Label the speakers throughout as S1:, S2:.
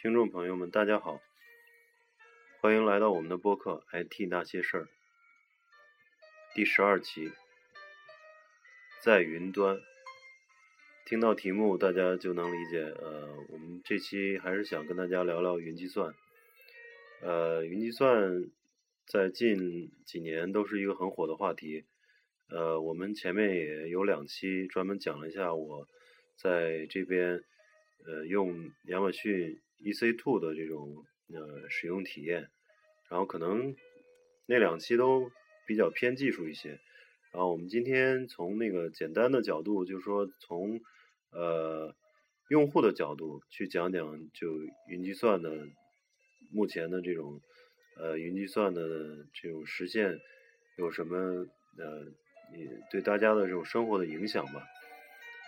S1: 听众朋友们，大家好，欢迎来到我们的播客《IT 那些事儿》第十二期，在云端。听到题目，大家就能理解。呃，我们这期还是想跟大家聊聊云计算。呃，云计算在近几年都是一个很火的话题。呃，我们前面也有两期专门讲了一下我在这边呃用亚马逊 EC2 的这种呃使用体验，然后可能那两期都比较偏技术一些。然后我们今天从那个简单的角度，就是说从呃用户的角度去讲讲就云计算的目前的这种呃云计算的这种实现有什么呃也对大家的这种生活的影响吧。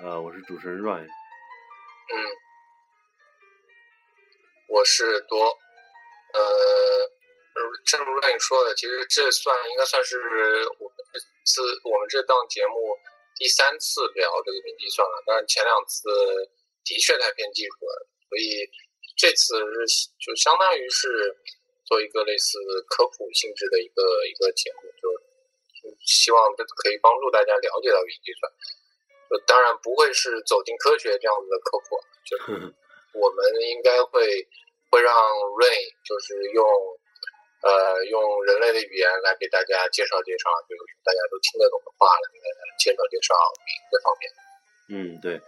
S1: 呃，我是主持人 Ryan，
S2: 嗯，我是多，呃，正如你说的，其实这算应该算是我们这次我们这档节目第三次聊这个云计算了，但是前两次的确太偏技术了，所以这次是就相当于是做一个类似科普性质的一个一个节目，就希望可以帮助大家了解到云计算。就当然不会是走进科学这样子的科普啊，就我们应该会会让 Rain 就是用呃用人类的语言来给大家介绍介绍，就是大家都听得懂的话来给大家介绍介绍这方面。
S1: 嗯，对，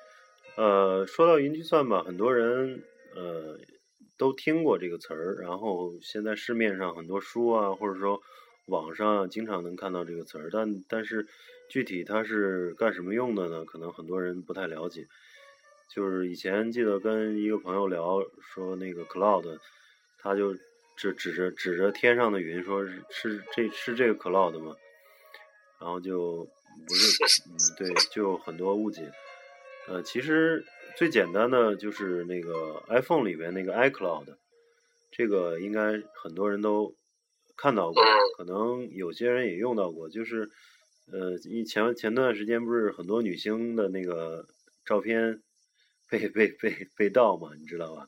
S1: 呃，说到云计算吧，很多人呃都听过这个词儿，然后现在市面上很多书啊，或者说网上啊，经常能看到这个词儿，但但是具体它是干什么用的呢？可能很多人不太了解。就是以前记得跟一个朋友聊，说那个 cloud，他就指指着指着天上的云说是是这是这个 cloud 吗？然后就不是，嗯，对，就很多误解。呃，其实最简单的就是那个 iPhone 里边那个 iCloud，这个应该很多人都看到过，可能有些人也用到过。就是呃，一前前段时间不是很多女星的那个照片被被被被盗嘛，你知道吧？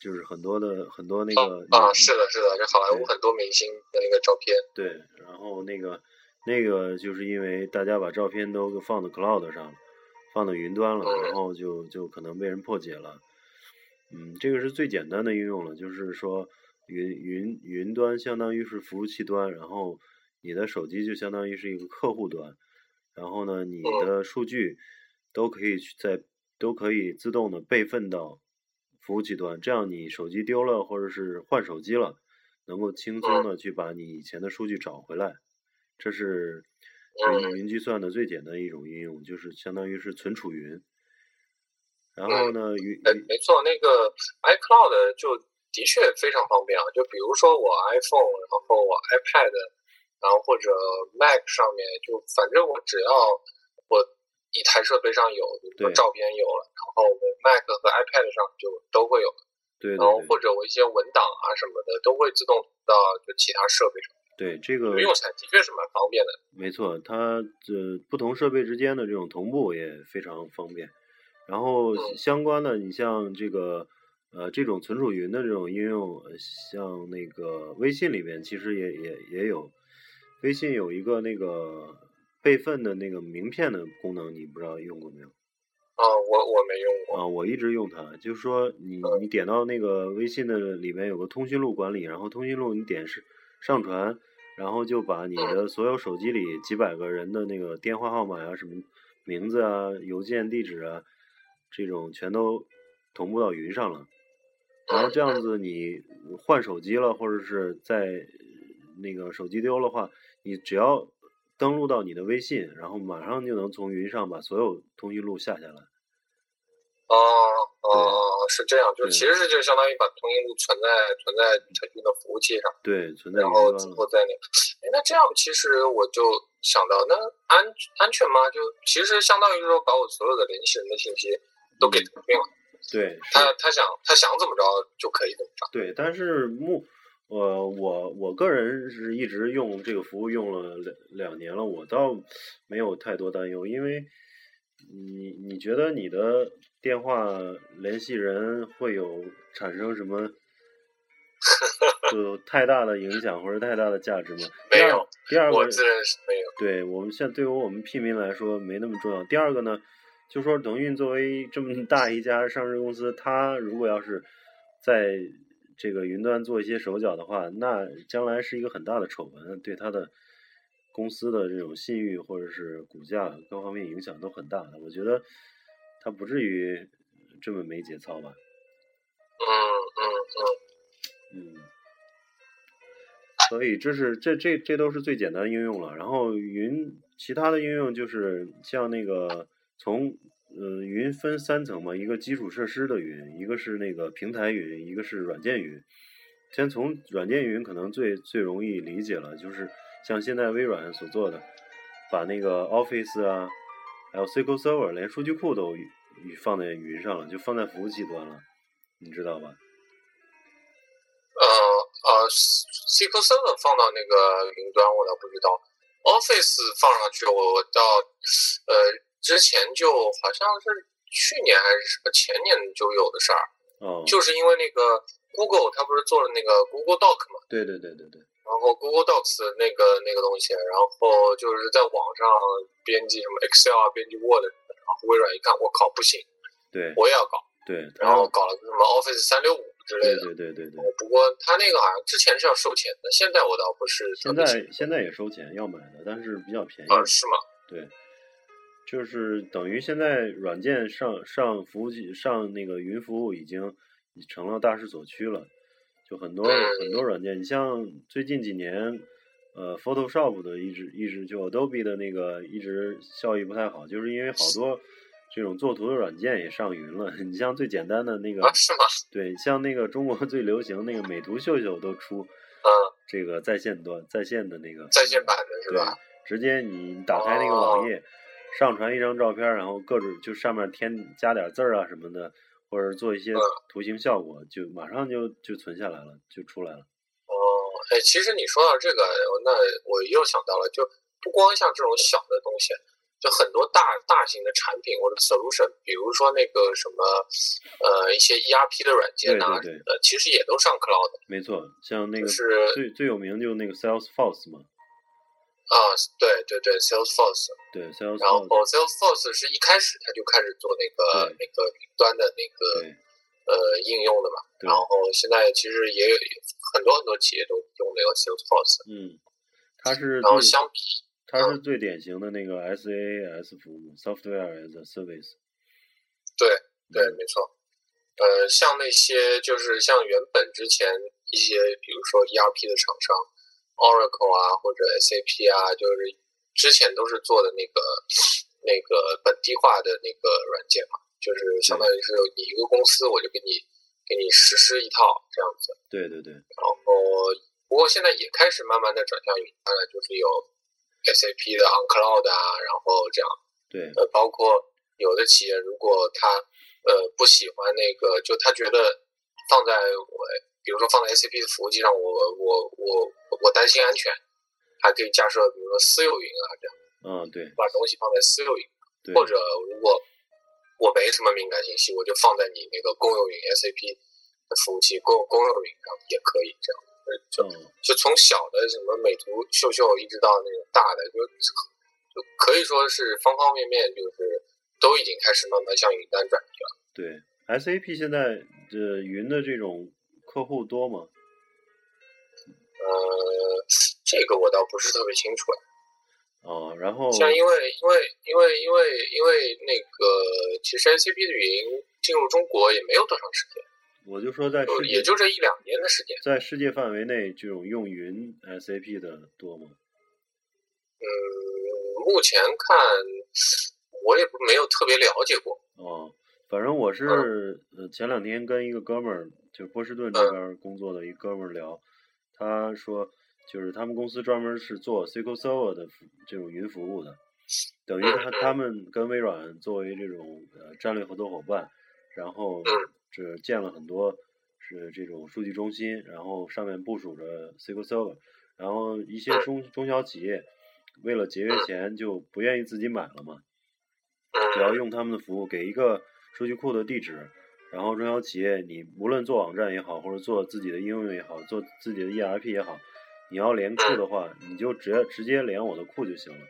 S1: 就是很多的很多那个
S2: 啊，
S1: 女
S2: 是的，是的，这好莱坞很多明星的那个照片，
S1: 对，然后那个那个就是因为大家把照片都放到 cloud 上了，放到云端了，
S2: 嗯
S1: 然后就就可能被人破解了。嗯，这个是最简单的应用了，就是说云云云端相当于是服务器端，然后你的手机就相当于是一个客户端，然后呢，你
S2: 嗯
S1: 的数据都可以去在都可以自动的备份到服务器端，这样你手机丢了或者是换手机了，能够轻
S2: 嗯
S1: 松的去把你以前的数据找回来。这是
S2: 嗯
S1: 云云计算的最简单一种应用，就是相当于是存储云。然后呢，云
S2: 哎，
S1: 云
S2: 没错，那个 iCloud 就的确非常方便啊。就比如说我 iPhone，然后我 iPad，然后或者 Mac 上面，就反正我只要我一台设备上有，比如说
S1: 对
S2: 照片有了，然后我 Mac 和 iPad 上就都会有，
S1: 对对
S2: 然后
S1: 对
S2: 或者我一些文档啊什么的都会自动到就其他设备上，
S1: 对这个
S2: 用起来的确是蛮方便的。
S1: 没错，它呃不同设备之间的这种同步也非常方便。然后
S2: 嗯
S1: 相关的，你像这个呃这种存储云的这种应用，呃像那个微信里面其实也也也有，微信有一个那个备份的那个名片的功能，你不知道用过没有？
S2: 啊，我我没用过，
S1: 啊，我一直用它，就是说你你点到那个微信的里面有个通讯录管理，然后通讯录你点是上传，然后就把你的所有手机里几百个人的那个电话号码啊、什么名字啊、邮件地址啊，这种全都同步到云上了。然后这样子你换手机了，或者是在那个手机丢了话，你只要登录到你的微信，然后马上就能从云上把所有通讯录下下来。
S2: 哦哦，哦是这样，就
S1: 嗯对
S2: 其实是就相当于把通讯录存在存在腾讯的服务器上。
S1: 对，存在云
S2: 然后
S1: 端
S2: 之
S1: 了。
S2: 后再那，哎，那这样其实我就想到，那安安全吗？就其实相当于说把我所有的联系人的信息都给腾讯了，
S1: 对，是
S2: 他他想他想怎么着就可以怎么着。
S1: 对，但是目，呃，我我个人是一直用这个服务用了两两年了，我倒没有太多担忧，因为你你觉得你的电话联系人会有产生什 么有太大的影响或者太大的价值吗？
S2: 没
S1: 第二
S2: 有。
S1: 第二
S2: 我
S1: 个，
S2: 自认是没有。
S1: 对我们现在对于我们屁民来说没那么重要。第二个呢，就说腾讯作为这么大一家上市公司，它如果要是在这个云端做一些手脚的话，那将来是一个很大的丑闻，对它的公司的这种信誉或者是股价各方面影响都很大的。我觉得它不至于这么没节操吧？
S2: 嗯嗯嗯，
S1: 嗯，所以这是这这这都是最简单的应用了。然后云其他的应用就是像那个从呃云分三层嘛，一个基础设施的云，一个是那个平台云，一个是软件云。先从软件云可能最最容易理解了，就是像现在微软所做的，把那个 Office 啊，还有 SQL Server 连数据库都与与放在云上了，就放在服务器端了，你知道吧？
S2: 呃呃，SQL Server 放到那个云端我倒不知道，Office 放上去我倒呃之前就好像是去年还是什么前年就有的事儿，
S1: 哦，
S2: 就是因为那个 Google 它不是做了那个 Google Doc 嘛，
S1: 对对对对对。
S2: 然后 Google Docs 的那个那个东西，然后就是在网上编辑什么 Excel 啊，编辑 Word，什么的然后微软一看，我靠，不行，
S1: 对
S2: 我也要搞，
S1: 对，
S2: 然后
S1: 他
S2: 搞了个什么 Office 三六五之类
S1: 嗯对对
S2: 的。
S1: 对对对，
S2: 不过他那个好像之前是要收钱的，现在我倒不是
S1: 现
S2: 特别
S1: 在嗯
S2: 清楚
S1: 现在也收钱要买的，但是比较便宜。
S2: 啊，是吗？
S1: 对，就是等于现在软件上上服务器上那个云服务已经成了大势所趋了，就很多
S2: 嗯
S1: 很多软件，你像最近几年，呃，Photoshop 的一直一直就 Adobe 的那个一直效益不太好，就是因为好多这种作图的软件也上云了。 你像最简单的那个
S2: 啊，是吗？
S1: 对，像那个中国 最流行那个美图秀秀都出
S2: 嗯，
S1: 这个在线端在线的那个
S2: 在线哦版的是
S1: 对
S2: 吧？，
S1: 直接你打开那个网页，上传一张照片，然后各种就上面添加点字儿啊什么的，或者做一些
S2: 嗯
S1: 图形效果，就马上就就存下来了，就出来了。
S2: 哦，哎，其实你说到这个，那我又想到了，就不光像这种小的东西，就很多大大型的产品或者 solution，比如说那个什么，呃，一些 ERP 的软件啊，
S1: 对对嗯
S2: 呃，其实也都上 cloud，的
S1: 没错，像那
S2: 就
S1: 个
S2: 是
S1: 最最有名就那个 Salesforce 嘛，
S2: 啊、对对对，Salesforce，
S1: 对
S2: 然后哦
S1: Salesforce，
S2: Salesforce 是一开始他就开始做那
S1: 嗯
S2: 个
S1: 对
S2: 那个云端的那个
S1: 对
S2: 呃应用的嘛，
S1: 对
S2: 然，后现在其实也有很多很多企业都用那个 Salesforce，
S1: 嗯，它是
S2: 然后
S1: 最
S2: 相比
S1: 它是最典型的那个 SaaS 服务，Software as a Service。嗯
S2: 对对，没错。呃，像那些就是像原本之前一些，比如说 ERP 的厂商，Oracle 啊，或者 SAP 啊，就是之前都是做的那个那个本地化的那个软件嘛，就是相当于是你一个公司，我就给你给你实施一套这样子。
S1: 对对对，
S2: 然后，不过现在也开始慢慢的转向云端了，就是有 SAP 的 OnCloud 啊，然后这样。
S1: 对，
S2: 呃，包括有的企业，如果他呃不喜欢那个，就他觉得放在我，比如说放在 SAP 的服务器上，我我我我担心安全，还可以架设，比如说私有云啊，这样
S1: 嗯，对
S2: 把东西放在私有云，
S1: 对，
S2: 或者如果我没什么敏感信息，我就放在你那个公有云 SAP 的服务器公公有云上也可以这样。呃就
S1: 嗯
S2: 就从小的什么美图秀秀，一直到那种大的，就就可以说是方方面面，就是都已经开始慢慢向云端转移了。
S1: 对，SAP 现在这云的这种客户多吗？
S2: 呃，这个我倒不是特别清楚了。
S1: 啊，然后
S2: 像因为因为因为因为因为那个，其实 SAP 的云进入中国也没有多长时间，
S1: 我就说在
S2: 就
S1: 世
S2: 也
S1: 界
S2: 就这一两年的时间。
S1: 在世界范围内，这种用云 SAP 的多吗？
S2: 嗯，目前看我也不没有特别了解过。
S1: 哦，反正我是呃前两天跟一个哥们儿，就是波士顿这边儿工作的一哥们儿聊，他说就是他们公司专门是做 SQL Server 的服这种云服务的，等于他他们跟微软作为这种呃战略合作伙伴，然后这建了很多是这种数据中心，然后上面部署着 SQL Server，然后一些中中小企业为了节约钱就不愿意自己买了嘛，
S2: 嗯
S1: 只要用他们的服务，给一个数据库的地址，然后中小企业你无论做网站也好，或者做自己的应用也好，做自己的 ERP 也好，你要连库的话，你就直接直接连我的库就行了。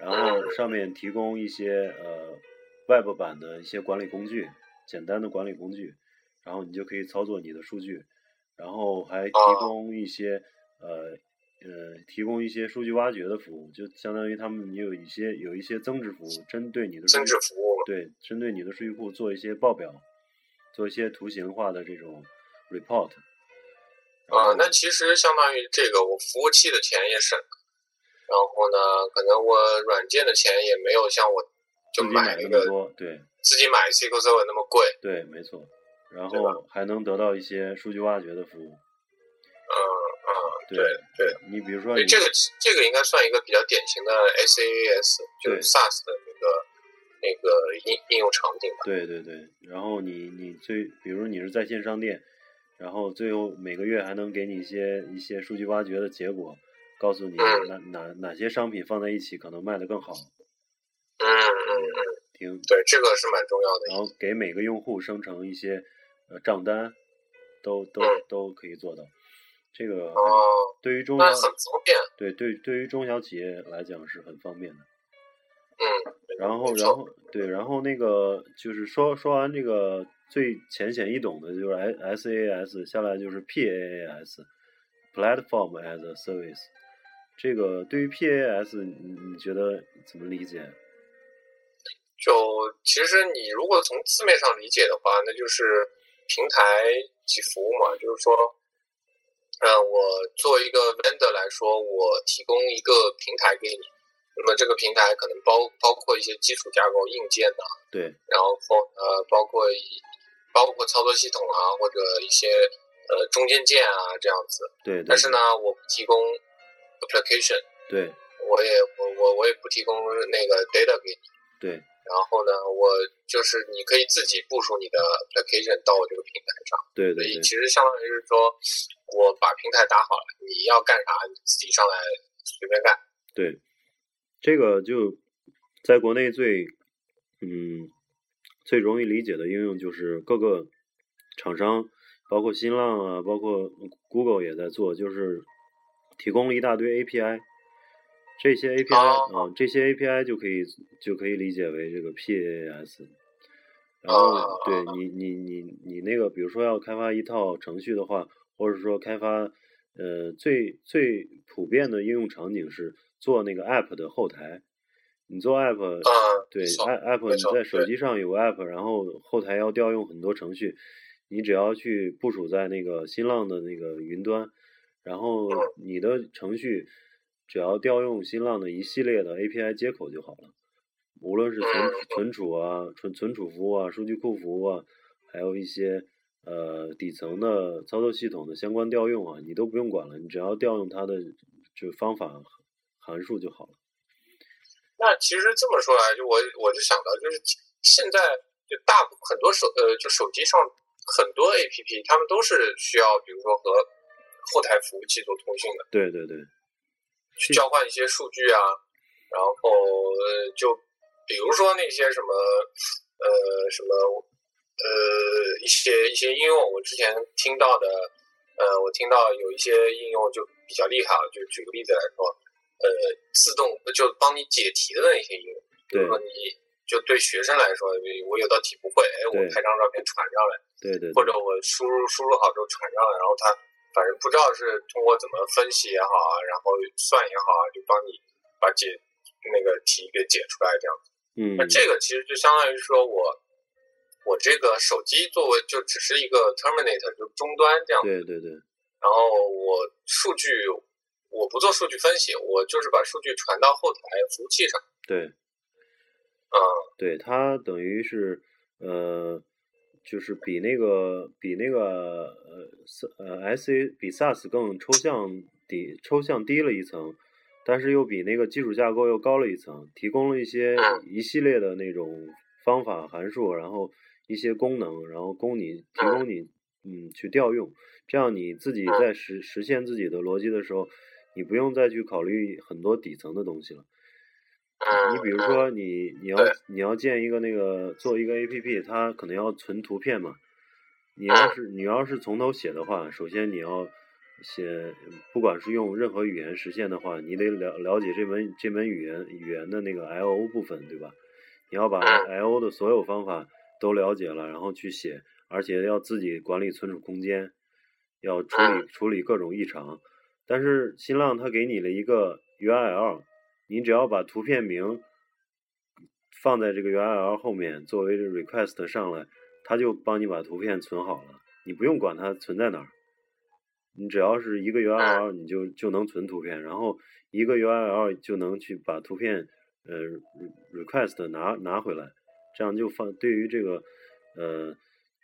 S1: 然后上面提供一些呃 Web 版的一些管理工具，简单的管理工具，然后你就可以操作你的数据，然后还提供一些呃呃提供一些数据挖掘的服务，就相当于他们也有一些有一些增值服务，针对你的数
S2: 增
S1: 据
S2: 值服务，
S1: 对针对你的数据库做一些报表，做一些图形化的这种 report。
S2: 啊，那其实相当于这个我服务器的钱也省了，然后呢，可能我软件的钱也没有像我就
S1: 自己买
S2: 那
S1: 那
S2: 个
S1: 么多，对
S2: 自己买 SQL Server 那么贵，
S1: 对，没错。然
S2: 对
S1: 后还能得到一些数据挖掘的服务。
S2: 嗯嗯，对对，
S1: 你比如说
S2: 所
S1: 你
S2: 以这个这个应该算一个比较典型的 SaaS，就是
S1: 对
S2: SaaS 的那个那个应应用场景吧。
S1: 对对对，然后你你最，比如你是在线商店，然后最后每个月还能给你一些一些数据挖掘的结果，告诉你
S2: 嗯
S1: 哪哪哪些商品放在一起可能卖得更好，
S2: 嗯嗯嗯，
S1: 挺，
S2: 对，这个是蛮重要
S1: 然
S2: 的。
S1: 后给每个用户生成一些呃账单，都都
S2: 嗯
S1: 都可以做到。这个
S2: 哦，
S1: 对于中小
S2: 那很方便。
S1: 对对对于中小企业来讲是很方便的。
S2: 嗯，
S1: 然后，
S2: 没
S1: 然
S2: 错
S1: 后对，然后那个就是说说完这个最浅显易懂的，就是 S S A S，下来就是 P A A S，Platform as a Service。这个对于 P A S，你你觉得怎么理解？
S2: 就其实你如果从字面上理解的话，那就是平台及服务嘛，就是说，呃，我作为一个 vendor 来说，我提供一个平台给你，那么这个平台可能包包括一些基础架构、硬件呐、
S1: 对
S2: 然后呃，包括一包括操作系统啊，或者一些呃中间件啊这样子。
S1: 对对
S2: 但是呢，我不提供 application，
S1: 对
S2: 我也我我我也不提供那个 data 给你。
S1: 对
S2: 然后呢，我就是你可以自己部署你的 application 到我这个平台上，
S1: 对对
S2: 所以
S1: 对
S2: 其实相当于是说，我把平台打好了，你要干啥你自己上来随便干。
S1: 对，这个就在国内最嗯最容易理解的应用就是各个厂商，包括新浪啊，包括 Google 也在做，就是提供了一大堆 API。这些 API 啊、这些 API 就可以就可以理解为这个 PaaS。然后
S2: 哦，
S1: 对你你你你那个，比如说要开发一套程序的话，或者说开发，呃，最最普遍的应用场景是做那个 app 的后台。你做 app，
S2: 嗯，
S1: 对
S2: 没错
S1: app，
S2: 没
S1: 你
S2: 错
S1: 在手
S2: 对
S1: 机上有个 app，然后后台要调用很多程序，你只要去部署在那个新浪的那个云端，然后
S2: 嗯
S1: 你的程序只要调用新浪的一系列的 API 接口就好了。无论是存
S2: 嗯
S1: 存储啊、存存储服务啊、数据库服务啊，还有一些呃底层的操作系统的相关调用啊，你都不用管了，你只要调用它的就方法函数就好了。
S2: 那其实这么说来，就我我就想到，就是现在就大部很多手呃，就手机上很多 APP，他们都是需要，比如说和后台服务器做通信的。
S1: 对对对
S2: 去交换一些数据啊，然后呃就比如说那些什么呃什么呃一些一些应用，我之前听到的，呃，我听到有一些应用就比较厉害，啊就举个例子来说，呃，自动就帮你解题的那些应用，比
S1: 对
S2: 如说你就对学生来说，我有道题不会，哎，我
S1: 对
S2: 拍张照片传上来。
S1: 对对
S2: 或
S1: 对
S2: 者我输入输入好之后传上来，然后他反正不知道是通过怎么分析也好啊，然后算也好啊，就帮你把解那个题给解出来这样。
S1: 嗯
S2: 那这个其实就相当于说我我这个手机作为就只是一个 terminator，就终端这样。
S1: 对对对
S2: 然后我数据我不做数据分析，我就是把数据传到后台服务器上。
S1: 对
S2: 嗯
S1: 对，它等于是呃，就是比那个比那个呃 S 呃 S A 比 SAS 更抽象低抽象低了一层，但是又比那个基础架构又高了一层，提供了一些
S2: 嗯
S1: 一系列的那种方法函数，然后一些功能，然后供你提供你嗯去调用，这样你自己在实实现自己的逻辑的时候，你不用再去考虑很多底层的东西了。
S2: 嗯，
S1: 你比如说你你要
S2: 对
S1: 你要建一个那个做一个 A P P，它可能要存图片嘛。你
S2: 嗯
S1: 要是你要是从头写的话，首先你要写，不管是用任何语言实现的话，你得了了解这门这门语言语言的那个 L O 部分，对吧？你要把
S2: 嗯
S1: L O 的所有方法都了解了，然后去写，而且要自己管理存储空间，要处理处理各种异常。但是新浪它给你了一个 URL，你只要把图片名放在这个 URL 后面，作为这 request 上来，它就帮你把图片存好了，你不用管它存在哪儿。你只要是一个 URL，你就就能存图片，然后一个 URL 就能去把图片呃 re- request 拿拿回来，这样就方对于这个呃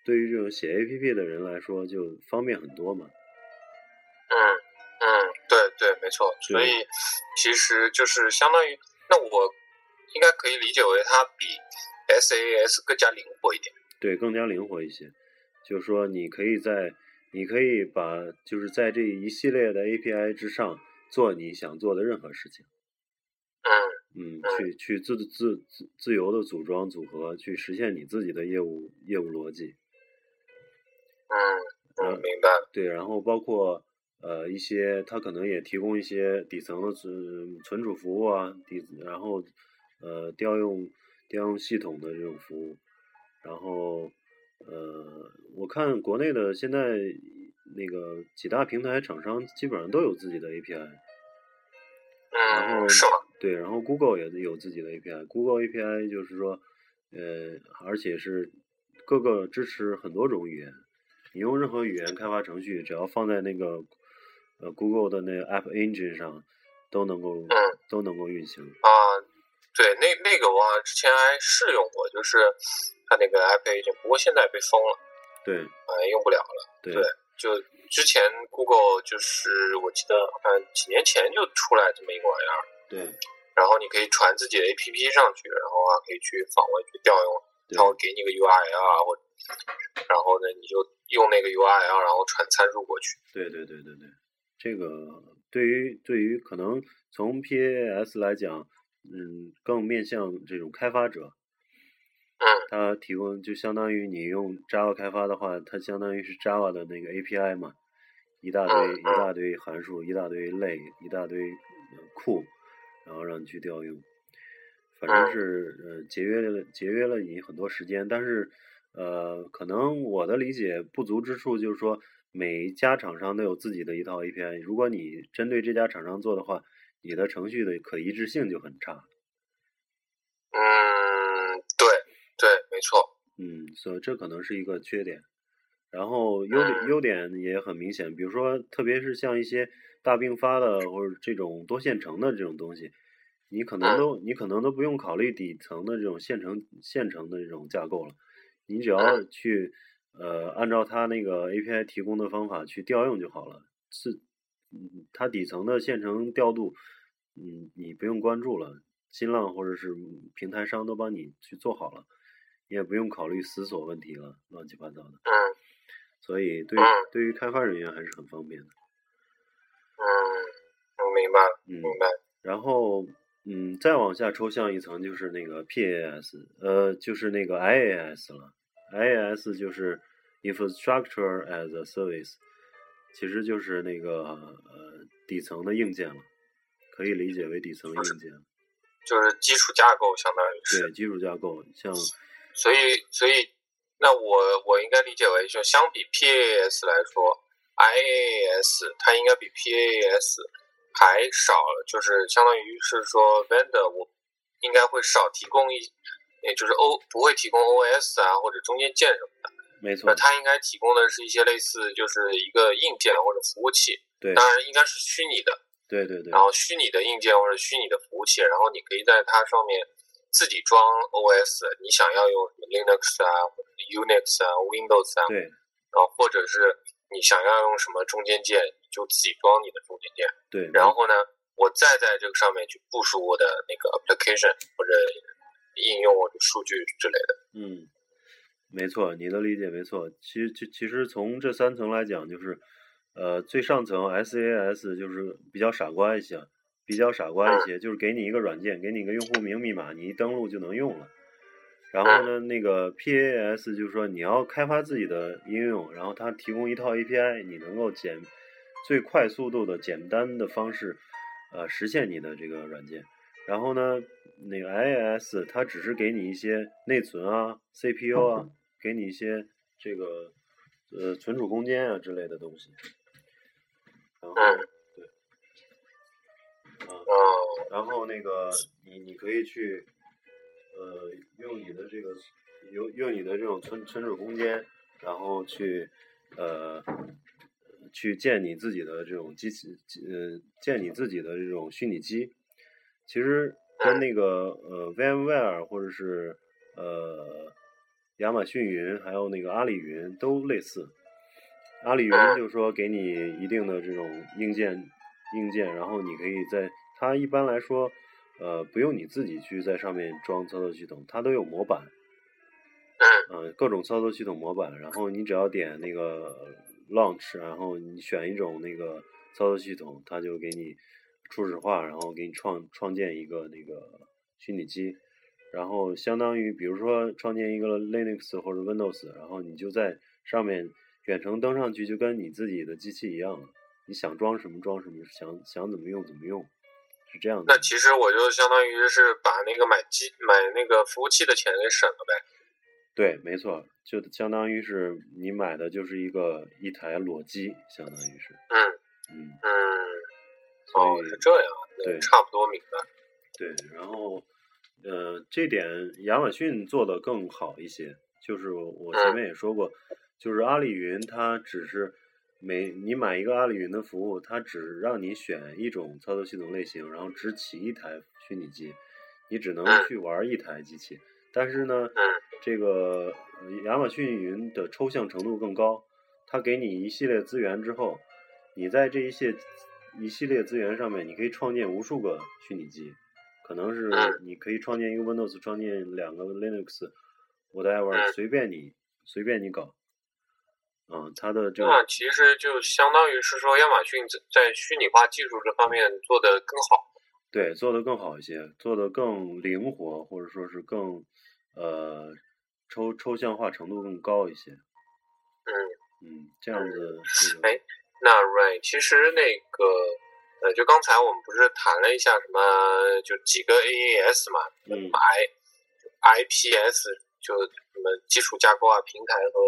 S1: 对于这种写 APP 的人来说就方便很多嘛。
S2: 嗯，嗯，对对，没错。所以其实就是相当于，那我应该可以理解为它比 SAS 更加灵活一点。
S1: 对，更加灵活一些。就是说，你可以在，你可以把，就是在这一系列的 API 之上做你想做的任何事情。
S2: 嗯
S1: 嗯，
S2: 嗯
S1: 去去自自自自由的组装组合，去实现你自己的业务业务逻辑。
S2: 嗯
S1: 嗯
S2: 嗯，明白了。
S1: 对，然后包括呃一些，它可能也提供一些底层的存存储服务啊，底然后呃调用调用系统的这种服务，然后呃我看国内的现在那个几大平台厂商基本上都有自己的 API，然后
S2: 嗯，是吗？
S1: 对，然后 Google 也有自己的 API，Google API 就是说，呃，而且是各个支持很多种语言，你用任何语言开发程序，只要放在那个呃 Google 的那个 App Engine 上，都能够
S2: 嗯
S1: 都能够运行。
S2: 啊，对，那那个我好像之前还试用过，就是它那个 App Agent，不过现在被封了，
S1: 对
S2: 啊、用不了了。
S1: 对
S2: 对就之前 Google 就是我记得好像几年前就出来这么一个玩意儿。
S1: 对
S2: 然后你可以传自己的 APP 上去，然后啊可以去访问去调用，它会
S1: 对
S2: 给你个 URL 啊，或然后呢你就用那个 URL，然后传参数过去。
S1: 对对对对对，这个对于对于可能从 PaaS 来讲，嗯，更面向这种开发者，
S2: 嗯
S1: 它提供就相当于你用 Java 开发的话，它相当于是 Java 的那个 API 嘛，一大堆
S2: 嗯
S1: 一大堆函数，一大堆类，一大堆呃库，然后让你去调用，反正
S2: 嗯
S1: 是呃节约了节约了你很多时间，但是呃可能我的理解不足之处就是说每一家厂商都有自己的一套 API，如果你针对这家厂商做的话，你的程序的可移植性就很差。
S2: 嗯，对对，没错。
S1: 嗯，所以这可能是一个缺点。然后优点优点也很明显，比如说，特别是像一些大并发的或者这种多线程的这种东西，你可能都你可能都不用考虑底层的这种线程线程的这种架构了，你只要去呃按照它那个 API 提供的方法去调用就好了。是，嗯，它底层的线程调度，嗯，你不用关注了，新浪或者是平台商都帮你去做好了。你也不用考虑死锁问题了，乱七八糟的。
S2: 嗯
S1: 所以对
S2: 嗯
S1: 对于开发人员还是很方便的。
S2: 嗯，我明白了，
S1: 嗯，
S2: 明白了。
S1: 然后嗯，再往下抽象一层就是那个 PaaS，呃，就是那个 IaaS 了。IaaS 就是 Infrastructure as a Service，其实就是那个呃底层的硬件了，可以理解为底层硬件。
S2: 就是基础架构相当于是，
S1: 对，基础架构像
S2: 所以所以那我我应该理解为，就相比 PaaS 来说，IaaS 它应该比 PaaS 还少了，就是相当于是说 vendor 我应该会少提供一，也就是 O 不会提供 OS 啊或者中间件什么的，
S1: 没错
S2: 那，它应该提供的是一些类似就是一个硬件或者服务器，
S1: 对
S2: 当然应该是虚拟的，
S1: 对对对
S2: 然，后虚拟的硬件或者虚拟的服务器，然后你可以在它上面自己装 OS，你想要用什么 Linux 啊、Unix 啊、Windows 啊，
S1: 对
S2: 然后或者是你想要用什么中间件，你就自己装你的中间件，
S1: 对，
S2: 然后呢，我再在这个上面去部署我的那个 application 或者应用或者数据之类的。
S1: 嗯，没错，你的理解没错。其实，其其实从这三层来讲，就是，呃，最上层 SaaS 就是比较傻瓜一些，比较傻瓜一些，就是给你一个软件，给你一个用户名密码，你一登录就能用了。然后呢，那个 PaaS 就是说你要开发自己的应用，然后它提供一套 API，你能够简最快速度的、简单的方式，呃，实现你的这个软件。然后呢，那个 IaaS 它只是给你一些内存啊、CPU 啊，给你一些这个呃存储空间啊之类的东西。然后嗯
S2: 嗯
S1: 对，啊，
S2: 哦，
S1: 然后那个你你可以去，呃，用你的这个用用你的这种存存储空间，然后去呃去建你自己的这种机器，呃，建你自己的这种虚拟机。其实跟那个呃 VMware 或者是呃亚马逊云，还有那个阿里云都类似。阿里云就是说给你一定的这种硬件硬件，然后你可以在它一般来说，呃，不用你自己去在上面装操作系统，它都有模板，呃，各种操作系统模板，然后你只要点那个 launch，然后你选一种那个操作系统，它就给你初始化，然后给你创创建一个那个虚拟机，然后相当于比如说创建一个 Linux 或者 Windows，然后你就在上面远程登上去，就跟你自己的机器一样了，你想装什么装什么，想想怎么用怎么用，是这样的
S2: 那。其实我就相当于是把那个买机买那个服务器的钱给省了呗。
S1: 对，没错，就相当于是你买的就是一个一台裸机，相当于是，
S2: 嗯
S1: 嗯，
S2: 嗯，
S1: 所
S2: 哦，
S1: 以
S2: 是这样，
S1: 对
S2: 差不多明白。
S1: 对，然后呃，这点亚马逊做的更好一些，就是我我前面也说过，就是阿里云它只是每你买一个阿里云的服务，它只让你选一种操作系统类型，然后只起一台虚拟机，你只能去玩一台机器，但是呢，这个呃亚马逊云的抽象程度更高，它给你一系列资源之后，你在这一些一系列资源上面，你可以创建无数个虚拟机，可能是
S2: 嗯
S1: 你可以创建一个 Windows，创建两个 Linux，whatever，
S2: 嗯
S1: 随便你随便你搞。嗯，它的这
S2: 那
S1: 个
S2: 其实就相当于是说，亚马逊在在虚拟化技术这方面做得更好。
S1: 对做得更好一些，做得更灵活，或者说是更呃抽抽象化程度更高一些。
S2: 嗯，
S1: 嗯，这样子这个。
S2: 哎那 Ray，其实那个呃，就刚才我们不是谈了一下什么，就几个 AAS 嘛，
S1: 嗯
S2: I IPS 就什么基础架构啊、平台和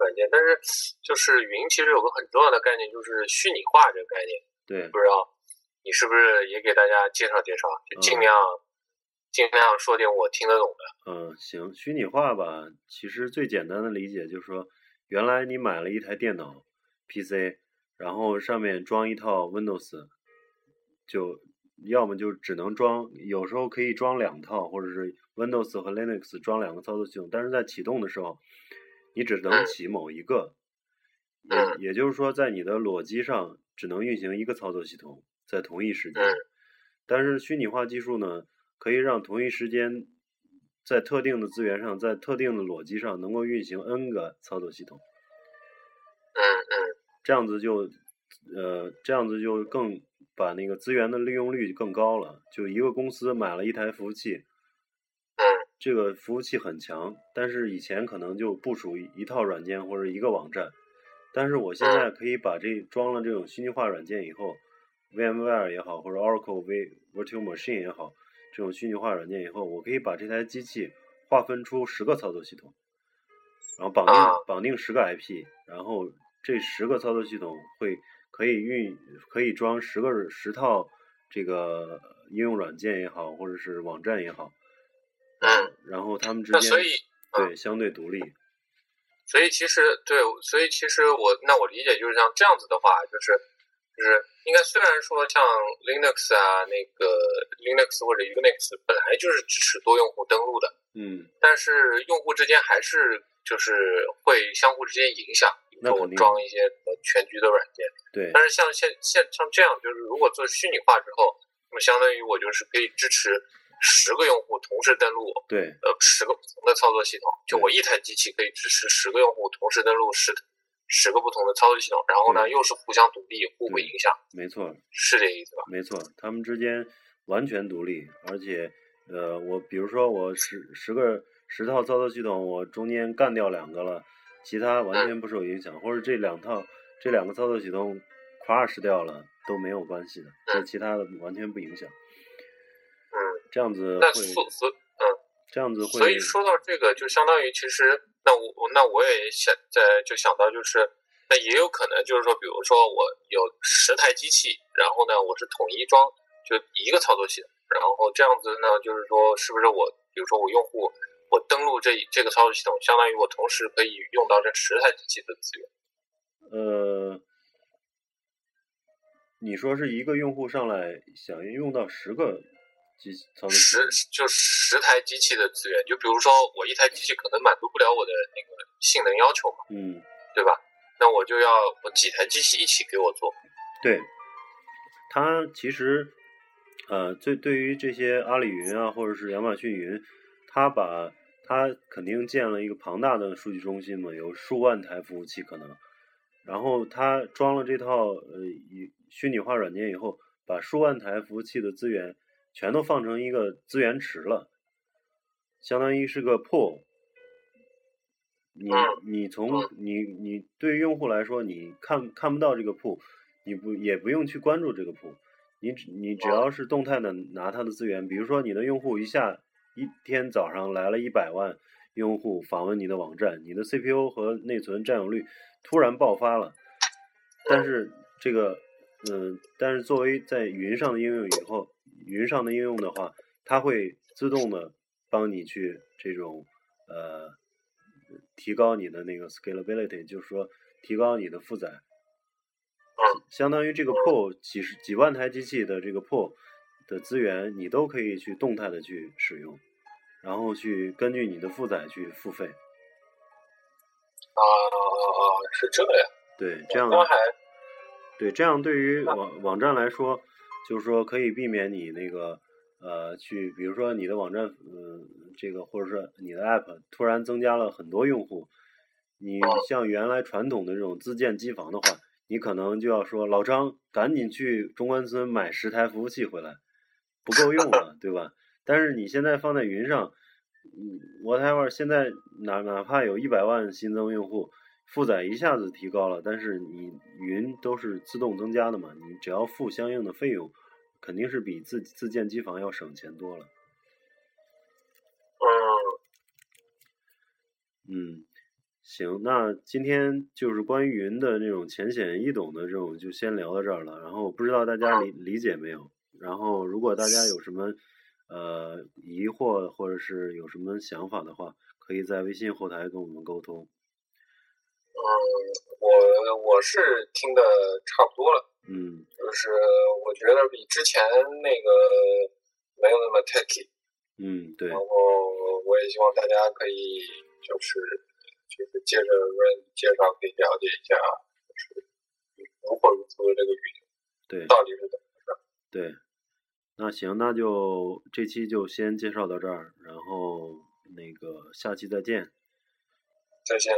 S2: 软件，但是就是云其实有个很重要的概念，就是虚拟化这个概念，
S1: 对
S2: 不知道你是不是也给大家介绍介绍，就尽
S1: 嗯
S2: 量、尽量说点我听得懂的。
S1: 嗯，行，虚拟化吧，其实最简单的理解就是说，原来你买了一台电脑 PC，然后上面装一套 Windows，就要么就只能装，有时候可以装两套，或者是 Windows 和 Linux 装两个操作系统，但是在启动的时候，你只能
S2: 嗯
S1: 起某一个，
S2: 嗯
S1: 也也就是说，在你的裸机上只能运行一个操作系统，在同一时间
S2: 嗯。
S1: 但是虚拟化技术呢，可以让同一时间在特定的资源上，在特定的裸机上能够运行 n 个操作系统，
S2: 嗯嗯
S1: 这样子就，呃，这样子就更把那个资源的利用率更高了。就一个公司买了一台服务器，
S2: 嗯
S1: 这个服务器很强，但是以前可能就部署一套软件或者一个网站，但是我现在可以把这装了这种虚拟化软件以后，VMware 也好，或者 Oracle V Virtual Machine 也好，这种虚拟化软件以后，我可以把这台机器划分出十个操作系统，然后绑定、
S2: 啊
S1: 绑定十个 IP，然后这十个操作系统会可以运可以装十个十套这个应用软件也好，或者是网站也好，
S2: 嗯。
S1: 然后他们之
S2: 那
S1: 间
S2: 所以啊
S1: 对相对独立，
S2: 所以其实对，所以其实我那我理解就是像这样子的话，就是就是应该虽然说像 Linux 啊，那个 Linux 或者 Unix 本来就是支持多用户登录的，
S1: 嗯，
S2: 但是用户之间还是就是会相互之间影响，比如
S1: 那
S2: 说我
S1: 肯定
S2: 装一些什么全局的软件，
S1: 对
S2: 但是像现现像这样，就是如果做虚拟化之后，那么相当于我就是可以支持十个用户同时登录，
S1: 对
S2: 呃，十个不同的操作系统，就
S1: 对
S2: 我一台机器可以支持十个用户同时登录十十个不同的操作系统，然后呢
S1: 对
S2: 又是互相独立，互不
S1: 对
S2: 影响，
S1: 没错，
S2: 是这意思吧？
S1: 没错，他们之间完全独立，而且，呃，我比如说我十十个十套操作系统，我中间干掉两个了，其他
S2: 嗯
S1: 完全不受影响，或者这两套这两个操作系统 crash 掉了都没有关系的，对其他的完全不影响。
S2: 嗯，
S1: 这样子
S2: 那
S1: 呃会
S2: 所所
S1: 这样子会，
S2: 所以说到这个，就相当于其实，那我我那我也想在就想到就是，那也有可能就是说，比如说我有十台机器，然后呢我是统一装就一个操作系统，然后这样子呢就是说是不是我比如说我用户我登录这这个操作系统，相当于我同时可以用到这十台机器的资源。
S1: 呃，你说是一个用户上来想用到十个机操作系
S2: 十
S1: 统，
S2: 就十台机器的资源，就比如说我一台机器可能满足不了我的那个性能要求嘛，
S1: 嗯，
S2: 对吧？那我就要我几台机器一起给我做，
S1: 对，它其实，呃，对对于这些阿里云啊，或者是亚马逊云，它把它肯定建了一个庞大的数据中心嘛，有数万台服务器可能。然后它装了这套呃以虚拟化软件以后，把数万台服务器的资源全都放成一个资源池了，相当于是个 pool。你你从你你对于用户来说，你看看不到这个 pool，你不也不用去关注这个铺，你只你只要是动态的拿它的资源，比如说你的用户一下一天早上来了一百万用户访问你的网站，你的 CPU 和内存占有率突然爆发了，但是这个嗯、但是作为在云上的应用以后，云上的应用的话，它会自动的帮你去这种呃提高你的那个 scalability，就是说提高你的负载。相当于这个 pool 几十几万台机器的这个 pool 的资源，你都可以去动态的去使用，然后去根据你的负载去付费。
S2: 啊，是这样，
S1: 对，这样
S2: 那还
S1: 对这样对于网网站来说，就是说可以避免你那个呃去，比如说你的网站嗯、这个或者是你的 app 突然增加了很多用户，你像原来传统的这种自建机房的话，你可能就要说老张赶紧去中关村买十台服务器回来，不够用了，对吧？但是你现在放在云上，嗯，whatever，现在哪哪怕有一百万新增用户，负载一下子提高了，但是你云都是自动增加的嘛，你只要付相应的费用，肯定是比自自建机房要省钱多了。
S2: 嗯，
S1: 嗯，行，那今天就是关于云的这种浅显易懂的这种，就先聊到这儿了。然后不知道大家理理解没有？然后如果大家有什么呃疑惑或者是有什么想法的话，可以在微信后台跟我们沟通。
S2: 我我是听的差不多了，
S1: 嗯，
S2: 就是我觉得比之前那个没有那么 techy，
S1: 嗯，对
S2: 然，后我也希望大家可以就是就是接着 Rain 介绍可以了解一下，就是如火如荼的这个语言
S1: 对，
S2: 到底是怎么。
S1: 对。那行，那就这期就先介绍到这儿，然后那个下期再见。
S2: 再见。